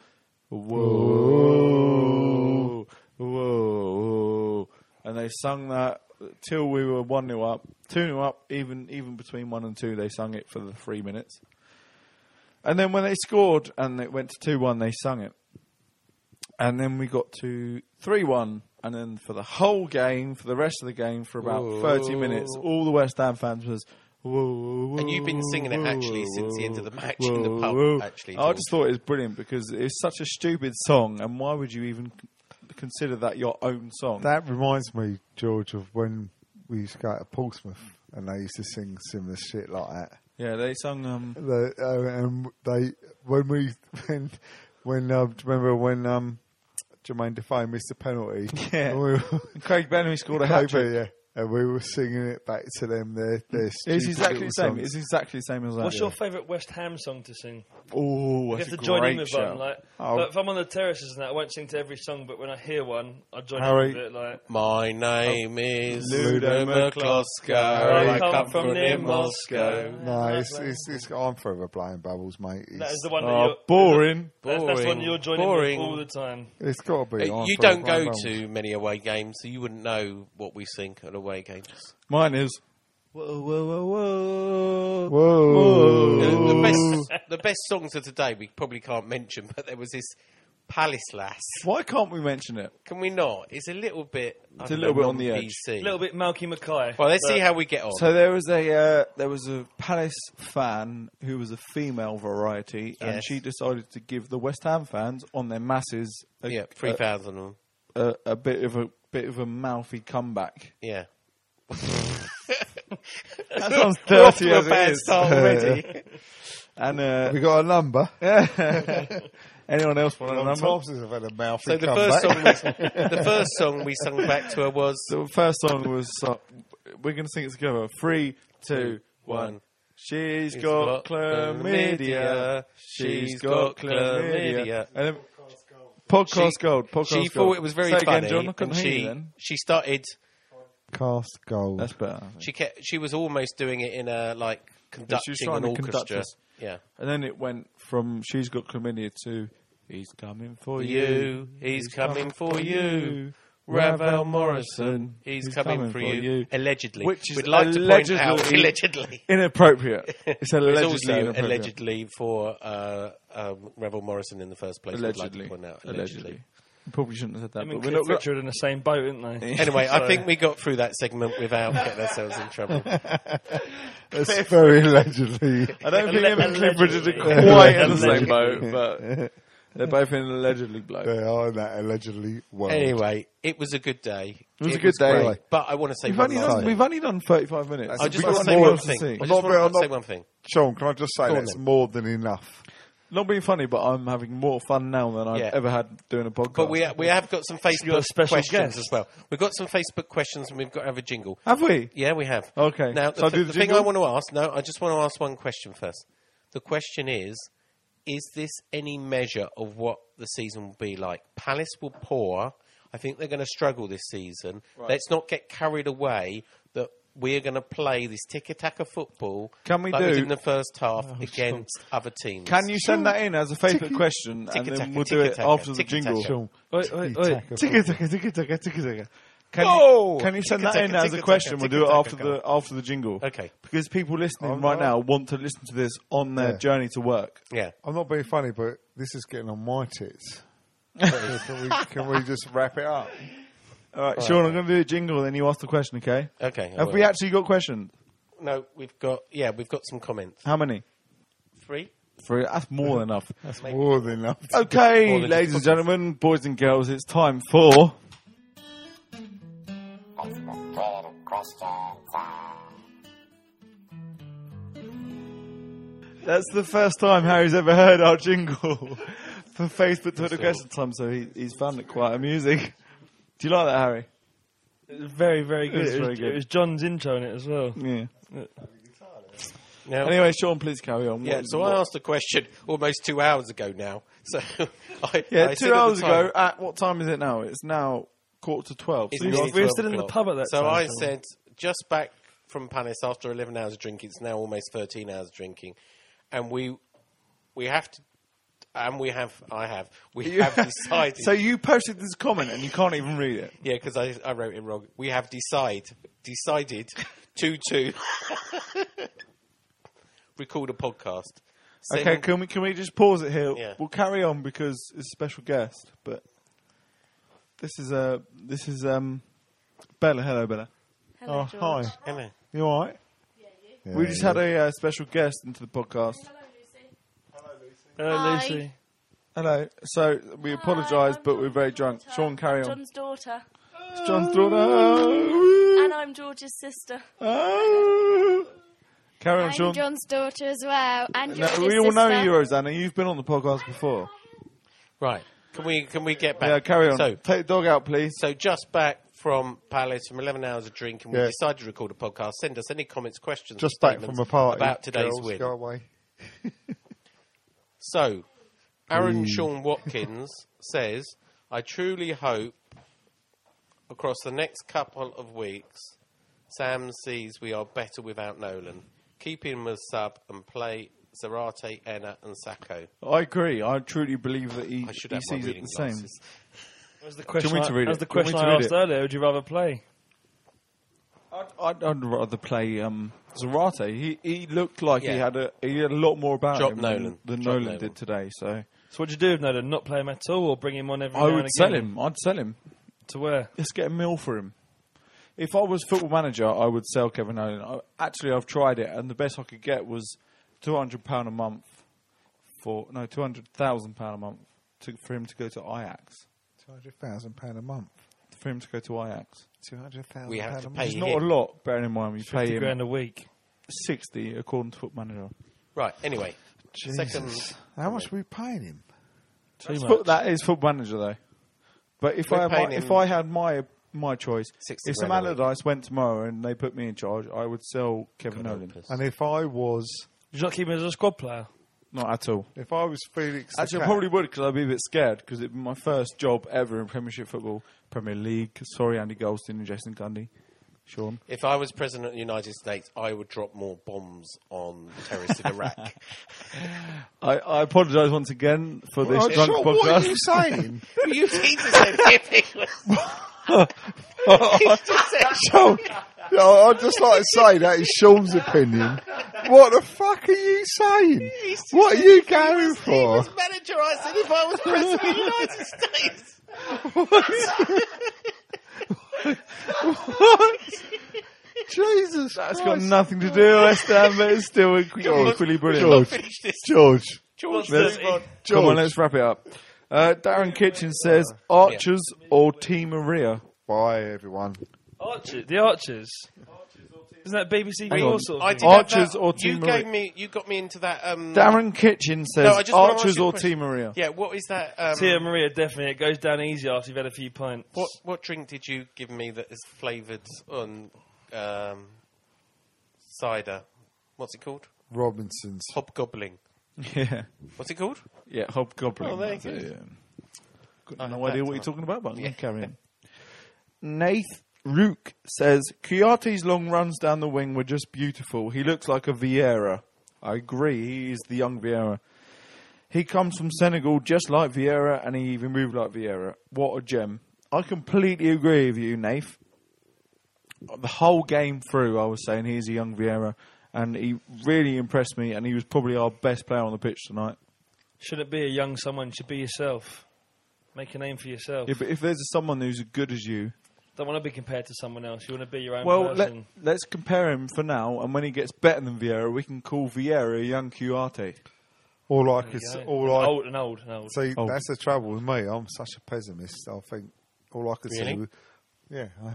Whoa, whoa, whoa. And they sung that till we were one new up, two new up. Even even between one and two, they sung it for the three minutes. And then when they scored and it went to two one, they sung it. And then we got to 3 1. And then for the whole game, for the rest of the game, for about 30 minutes, all the West Ham fans was. And you've been singing it actually since the end of the match in the pub, actually, I George. just thought it was brilliant because it's such a stupid song, and why would you even c- consider that your own song? that reminds me, George, of when we used to go to Portsmouth and they used to sing similar shit like that. yeah, they sung. Um, The, uh, and they when we when when uh, do you remember when um, Jermaine Defoe missed the penalty. Yeah. And we were- Craig Bellamy scored a hat Cobra, trick. yeah, and we were singing it back to them. Their their It's stupid exactly the little same. songs. It's exactly the same as that. What's your favourite West Ham song to sing? Oh, You that's have to a join in great with shout. one. Like, Oh. like, if I'm on the terraces and that, I won't sing to every song, but when I hear one, I join Harry. in with it. Like, My name is Ludo Ludo McCloskey. Oh, McCloskey. I, come from near Moscow. no, it's, it's, it's, I'm forever playing bubbles, mate. It's, that is the one that Oh, you're. boring. That's, that's one Boring. you're joining Boring. with all the time. it's got to be. Uh, I'm You Forever don't Playing go Bubbles. to many away games, so you wouldn't know what we think at away games. Mine is. Whoa, whoa, whoa, whoa. Whoa. The, the best, the best songs of today we probably can't mention, but there was this Palace Lass. Why can't we mention it? Can we not? It's a little bit. I It's a don't little know, bit on the edge. non-PC. A little bit Malky Mackay. Well, let's see But how we get on. So there was a uh, there was a Palace fan who was a female variety, and Yes. she decided to give the West Ham fans on their masses a, yeah, three a, thousand. or a, a bit of a bit of a mouthy comeback. Yeah. That sounds We're off dirty to a as bad it is. start already. And uh, We got a number. Anyone else want a Long number? time since I've had a mouth. So and the come first, back. song we, the first song we sung back to her was The first song was uh, we're going to sing it together. Three, two, one. She's She's got got chlamydia. chlamydia. She's She's got got chlamydia. chlamydia. And then podcast gold. Podcast she gold. thought it was very Say it funny, Again, John, I couldn't and hear you she then. she started. Cast gold. That's better. I think. She kept. She was almost doing it in a like conducting trying an to conduct orchestra. us. Yeah. And then it went from she's got chlamydia to he's coming for you. You, he's, coming, for you. Ravel Morrison, he's, coming, for, you. Allegedly, Which is we'd like allegedly, to point out allegedly. inappropriate. It's allegedly it's also inappropriate. allegedly for uh, um, Revel Morrison in the first place. we'd like to Allegedly. point out. Allegedly. Probably shouldn't have said that. Him and but we're Cliff not Richard in the same boat, didn't they? Anyway, I think we got through that segment without getting ourselves in trouble. That's very allegedly. I don't think him and Cliff Richard are Allegedly. quite in the same boat, Allegedly. but they're both in allegedly They blow. are in that allegedly world. anyway, it was a good day. It was a good day. great, but I want to say We've one only, last done, thing. we've only done 35 minutes. That's I we've just got want to say more one to thing. see. I I'm just not want very- I'm to say not- one thing. Sean, can I just say Go on that's then. more than enough? Not being funny, but I'm having more fun now than I've Yeah. ever had doing a podcast. But we we have got some Facebook got a special questions guest. as well. We've got some Facebook questions, and we've got to have a jingle. have we? Yeah, we have. Okay. Now, So I the, do th- the the thing jingle? I want to ask, no, I just want to ask one question first. The question is Is this any measure of what the season will be like? Palace will pour. I think they're going to struggle this season. Let's not get carried away that we're going to play this tiki taka football Can we like do- Oh, in the first half against other teams. Can you send that in as a Facebook question, and Tiki-taka, then we'll do it tiki-taka, after the tiki-taka. jingle? Sure. Wait, wait, wait. Ticka ticka ticka ticka ticka ticka. Can Whoa! you, can you send that in Ticka-ticka, as a question? We'll do it ticka-ticka, after the after the jingle. Okay. Because people listening I'm right not- now want to listen to this on their Yeah. journey to work. Yeah. I'm not being funny, but this is getting on my tits. can, we, can we just wrap it up? All right, Sean, I'm going to do a jingle, then you ask the question, okay? Okay. I Have we will. actually got questions? No, we've got, yeah, we've got some comments. How many? Three? Three. That's more than enough. Maybe. More than enough. Okay, More than ladies and just- gentlemen, boys and girls, it's time for. That's the first time Harry's ever heard our jingle for Facebook Twitter question time, so he, he's found it quite amusing. Do you like that, Harry? It was very, very good. It was It very was, good. it was John's intro in it as well. Yeah. No. Anyway, Sean, please carry on. Yeah, What- so what- I asked a question almost two hours ago now. So I, Yeah, I said two at the hours time- ago. At what time is it now? It's now quarter to twelve. It's so you nearly asked- we were 12 still in the o'clock. pub at that so time, I so- said, just back from Palace after 11 hours of drinking, it's now almost 13 hours of drinking. And we we have to, and we have, I have, we have decided. So you posted this comment and you can't even read it. yeah, because I, I wrote it wrong. We have decide, decided to to record a podcast. Okay, Send- can we can we just pause it here? Yeah. We'll carry on because it's a special guest. But this is uh, this is um Bella. Hello, Bella. Oh, hi. Hello. You all right? Yeah, we just had a uh, special guest into the podcast. Hello, Hi. Lucy. Hello. So we apologise, but we're very drunk. Sean, carry on. John's daughter. It's John's daughter. And I'm George's sister. Oh. Carry on, I'm Sean. John's daughter as well. And No, we all know you, Rosanna. You've been on the podcast before. Right. Can we, can we get back? Yeah, carry on. So, Take the dog out, please. So just back from Palace from 11 hours of drinking, we Yeah. decided to record a podcast. Send us any comments, questions, Just or back statements from a party. about today's Girls, win. Go away. So Aaron Mm. Sean Watkins says, "I truly hope across the next couple of weeks, Sam sees we are better without Nolan. Keep him as sub and play." Zarate, Enna, and Sacco. I agree. I truly believe that he, I should he have my sees it reading the same. glasses. That was the question, want me I, to read that it? was the Do you want me question to I read asked it? earlier. Would you rather play? I'd, I'd, I'd rather play um, Zarate. He he looked like he Yeah. had a he had a lot more about Drop him Nolan. than, than Drop Nolan, Nolan. did today. So So what'd you do with Nolan? Not play him at all, or bring him on every I now would and sell again? him. I'd sell him. to where? Let's get a mill for him. If I was football manager, I would sell Kevin Nolan. I, actually, I've tried it, and the best I could get was two hundred pound a month for no two hundred thousand pound a month to, for him to go to Ajax. £200,000 a month. For him to go to Ajax, £200,000 We have to a pay it's him. not a lot. Bearing in mind we pay 50 him grand a week. sixty according to Football Manager. Right, anyway. Jesus. Second, How much are we paying him? Too Fo- that is Football Manager though. But if We're I had my, paying if him- I had my my choice, 60 if Sam grand a week. Allardyce went tomorrow and they put me in charge, I would sell Kevin Nolan. And if I was, You're not keeping him as a squad player. Not at all. if I was Felix, the Actually, I cat- probably would because I'd be a bit scared because it'd be my first job ever in Premiership football, Premier League. Sorry, Andy Goldstein and Jason Gundy, Sean. If I was president of the United States, I would drop more bombs on the terrorists in Iraq. I, I apologise once again for this Oh, drunk Sean, podcast. what are you saying? you need to say Sean, no, I'd just like to say that is Sean's opinion. What the fuck are you saying? What are you going for? manager. I said if I was president of the United States. Jesus, It's got nothing to do with West Ham, but it's still equ- equally brilliant. George, George, George, Let's- move on. Come on, let's wrap it up. Uh, Darren Kitchen says Archers or Team Maria. Bye, everyone. Archers, the Archers. Isn't that BBC Hang Four on. sort I of did thing? have Archers that- or you Team gave Maria? me you got me into that um Darren Kitchen no, says I just wanna ask Archers you a or question. Team Maria. Yeah, what is that um, Tia Maria definitely. It goes down easy after you've had a few pints. What what drink did you give me that is flavoured on um, cider? What's it called? Robinson's. Hobgoblin. Yeah, What's it called? yeah, Hobgoblin. Oh, there that's you go. it, yeah. Got I no had that idea what you're tonight. talking about, but I'm going to carry on. Nath Rook says Kiati's long runs down the wing were just beautiful. He looks like a Vieira. I agree. He is the young Vieira. He comes from Senegal just like Vieira, and he even moved like Vieira. What a gem! I completely agree with you, Nath. The whole game through, I was saying he is a young Vieira, and he really impressed me. And he was probably our best player on the pitch tonight. Shouldn't be a young someone. Should be yourself. Make a name for yourself. If, if there's someone who's as good as you, Don't want to be compared to someone else. You want to be your own Well, let, person. let's compare him for now, and when he gets better than Vieira, we can call Vieira a young Cuarte. All I There could, you s- go. Oh, all An I old and old and old. See, Oh. that's the trouble with me. I'm such a pessimist. I think all I could see, Really? was, yeah, I,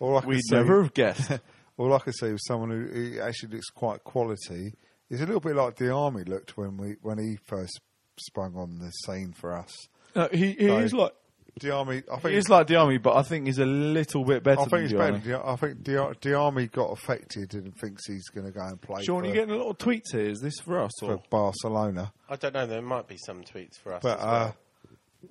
all I could We'd see, never have guessed. all I could see was someone who, who actually looks quite quality. He's a little bit like Diarmi looked when we when he first sprung on the scene for us. No, he he No. is like Diarmi, I he think, is like Diami, but I think he's a little bit better. I think he's than better. Diami. than Di- I think Di- Diarmi got affected and thinks he's going to go and play Sean, for, you're getting a lot of tweets here. Is this for us for or? Barcelona. I don't know. There might be some tweets for us. But as well.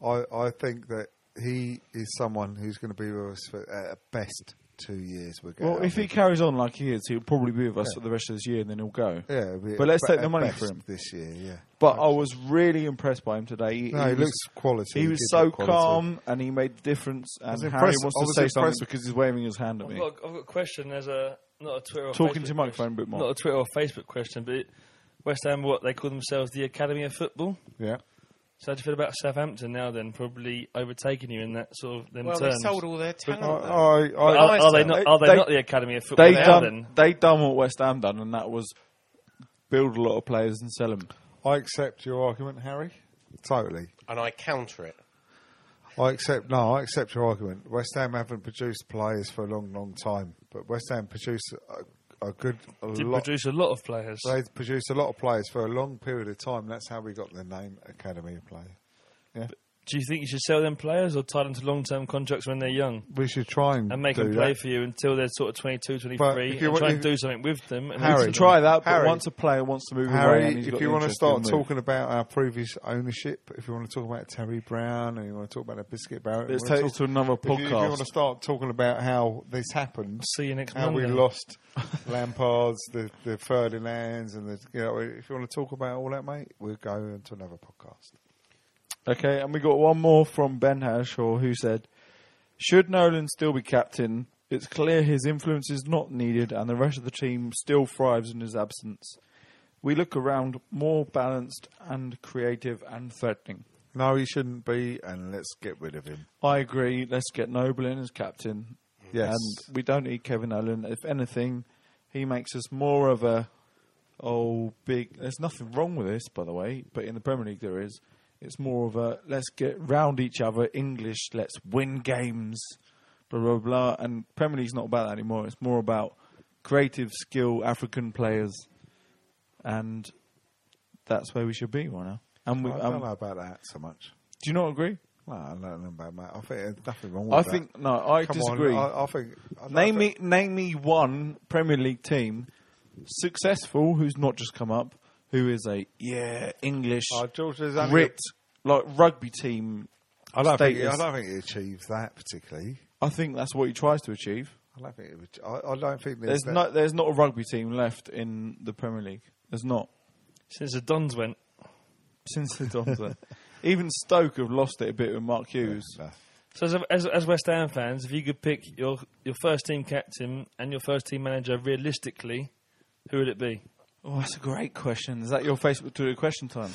uh, I I think that he is someone who's going to be with us for uh, at best two years. We're going Well, if he carries on like he is, he'll probably be with us for the rest of this year, and then he'll go. yeah, it'll be but let's at take be- the at money best for him. this year. Yeah, But I was really impressed by him today. He, No, he was- looks quality. He He was did so look quality. calm, and he made the difference. And was Harry impressed- wants I to was say impressed- something because he's waving his hand at I've me. got, I've got a question. There's a not a Twitter or Talking to Facebook microphone a question. bit more. Not a Twitter or Facebook question, but it- West Ham, what they call themselves, the Academy of Football. yeah. So how do you feel about Southampton now? Then probably overtaking you in that sort of them well, terms. they sold all their I, talent. though. I, I, Are, are they not? Are they, They- not the Academy of Football? they now, done then? they done what West Ham done, and that was build a lot of players and sell them. I accept your argument, Harry. Totally. and I counter it. I accept. No, I accept your argument. West Ham haven't produced players for a long, long time, but West Ham produced a, a good a Did lot. produce a lot of players. They produced a lot of players for a long period of time. That's how we got the name Academy of Players. Do you think you should sell them players or tie them to long-term contracts when they're young We should try and, and make do them play that. for you until they're sort of 22, 23, But if and you want- try and if- do something with them? And Harry, to them. Try that, Harry. but once a player wants to move away, and Harry, he's if got you want to interest, he'll start move. talking about our previous ownership, if you want to talk about Terry Brown, and you want to talk about a biscuit barrel, Let's you wanna take it to another if you- If you, podcast. want to start talking about how this happened, See you next how we Monday. lost Lampard's, the the Ferdinands, and the you know, if you want to talk about all that, mate, we'll go into another podcast. Okay, and we got one more from Ben Hershaw who said, "Should Nolan still be captain? It's clear his influence is not needed, and the rest of the team still thrives in his absence. We look around more balanced and creative and threatening." No, he shouldn't be, and let's get rid of him. I agree. Let's get Noble in as captain. Yes. And we don't need Kevin Nolan. If anything, he makes us more of a oh big. There's nothing wrong with this, by the way, but in the Premier League there is. It's more of a let's get round each other, English. Let's win games, blah blah blah. And Premier League's not about that anymore. It's more about creative skill, African players, and that's where we should be right now. And we I um, don't know about that so much. Do you not agree? Nah, I don't know about that. I think there's nothing wrong with I that. think no. I Come disagree. On, I, I think. I name I me think- name me one Premier League team successful who's not just come up, who is a yeah English Oh, George, there's only ripped like rugby team. I don't, think, status. I don't think he achieves that particularly. I think that's what he tries to achieve. I don't think. It would, I, I don't think There's there's, that- no, there's not a rugby team left in the Premier League. There's not Since the Dons went, since the Dons. left. Even Stoke have lost it a bit with Mark Hughes. so as, as, as West Ham fans, if you could pick your your first team captain and your first team manager realistically, who would it be? Oh, that's a great question. Is that your Facebook Twitter question time?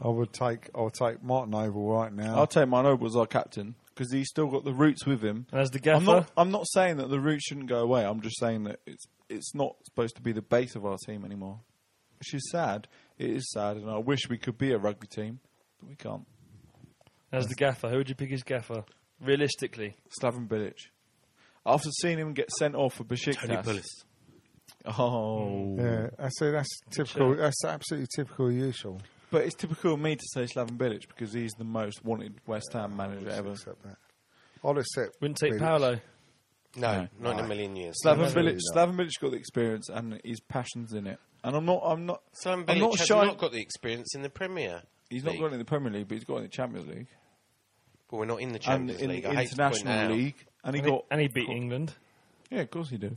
I would take. I would take Martin Oval right now. Oh. I'll take my noble as our captain because he's still got the roots with him. And as the I'm gaffer, not. I'm not saying that the roots shouldn't go away. I'm just saying that it's it's not supposed to be the base of our team anymore. Which is sad. It is sad, and I wish we could be a rugby team, but we can't. as the gaffer, who would you pick as gaffer realistically? Slaven Bilic. After seeing him get sent off for Besiktas. Tony Pulis. Mm. Oh, yeah, I see. That's typical. That's absolutely typical. Usual. but it's typical of me to say Slaven Bilic because he's the most wanted West Ham manager I'll ever. accept that. I'll accept. Wouldn't take Bilic. Paolo. No, not in a million years. Slaven no, Bilic. no. Slaven Bilic's got the experience and his passions in it. And I'm not. I'm not. Sam I'm Bilic not has shy. not got the experience in the Premier. he's not League. going in the Premier League, but he's got in the Champions League. But we're not in the Champions and in League. the I hate to point that international out. league, and he And he, got and he beat England. yeah, of course he did.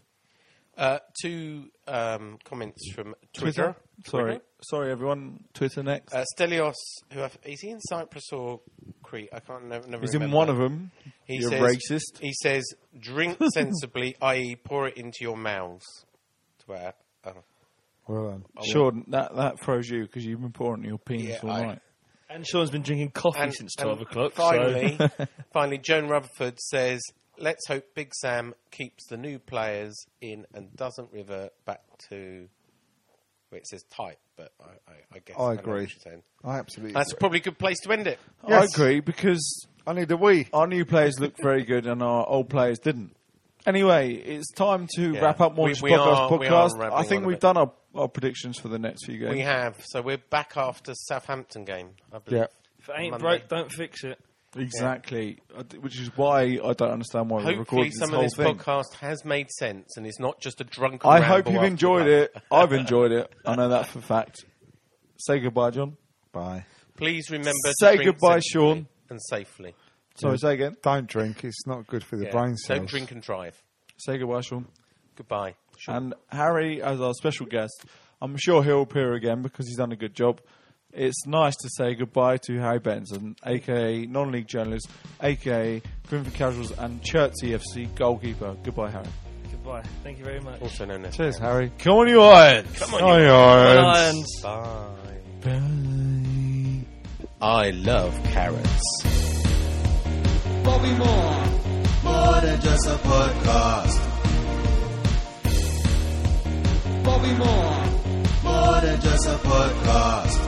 Uh, two um, comments from Twitter. sorry, Twitter. sorry everyone. Twitter next. Uh, Stelios, who I, is he in Cyprus or Crete? I can't never. never he's in remember. one of them. He You're says, racist. He says, "Drink sensibly, i.e., pour it into your mouths." To where? Oh, Well done. Sure, that that froze you because you've been pouring your penis Yeah, all I- night. And Sean's been drinking coffee since twelve and o'clock. so. Finally, finally, Joan Rutherford says, "Let's hope Big Sam keeps the new players in and doesn't revert back to." Well, it says type, but I, I, I guess I know what agree. she's saying. I absolutely. That's agree. probably a good place to end it. Yes. I agree because I need a wee. our new players looked very good and our old players didn't. Anyway, it's time to Yeah. wrap up We- Morning's we Podcast. are- we are podcast. wrapping I on think a we've bit. done our, our predictions for the next few games. We have. So we're back after Southampton game, I believe. Yeah. If it ain't Monday. broke, don't fix it. Exactly, I d- which is why I don't understand why we're Hopefully, recording this some whole of this thing. podcast has made sense and it's not just a drunken. I ramble hope you've after enjoyed the pub. it. I've enjoyed it. I know that for a fact. Say goodbye, John. Bye. Please remember Say to drink goodbye, sensibly Sean. and safely. Sorry, say again. Don't drink. It's not good for the Yeah. brain cells. Don't drink and drive. Say goodbye, Sean. Goodbye. Sean. And Harry, as our special guest, I'm sure he'll appear again because he's done a good job. It's nice to say goodbye to Harry Benson, aka non league journalist, aka Grimford Casuals, and Church FC goalkeeper. Goodbye, Harry. Goodbye. Thank you very much. also known as. Cheers, Harry. Come on, you irons. Come on, you Lions. Bye. I love carrots. Bobby Moore. More than just a podcast. Bobby Moore. More than just a podcast.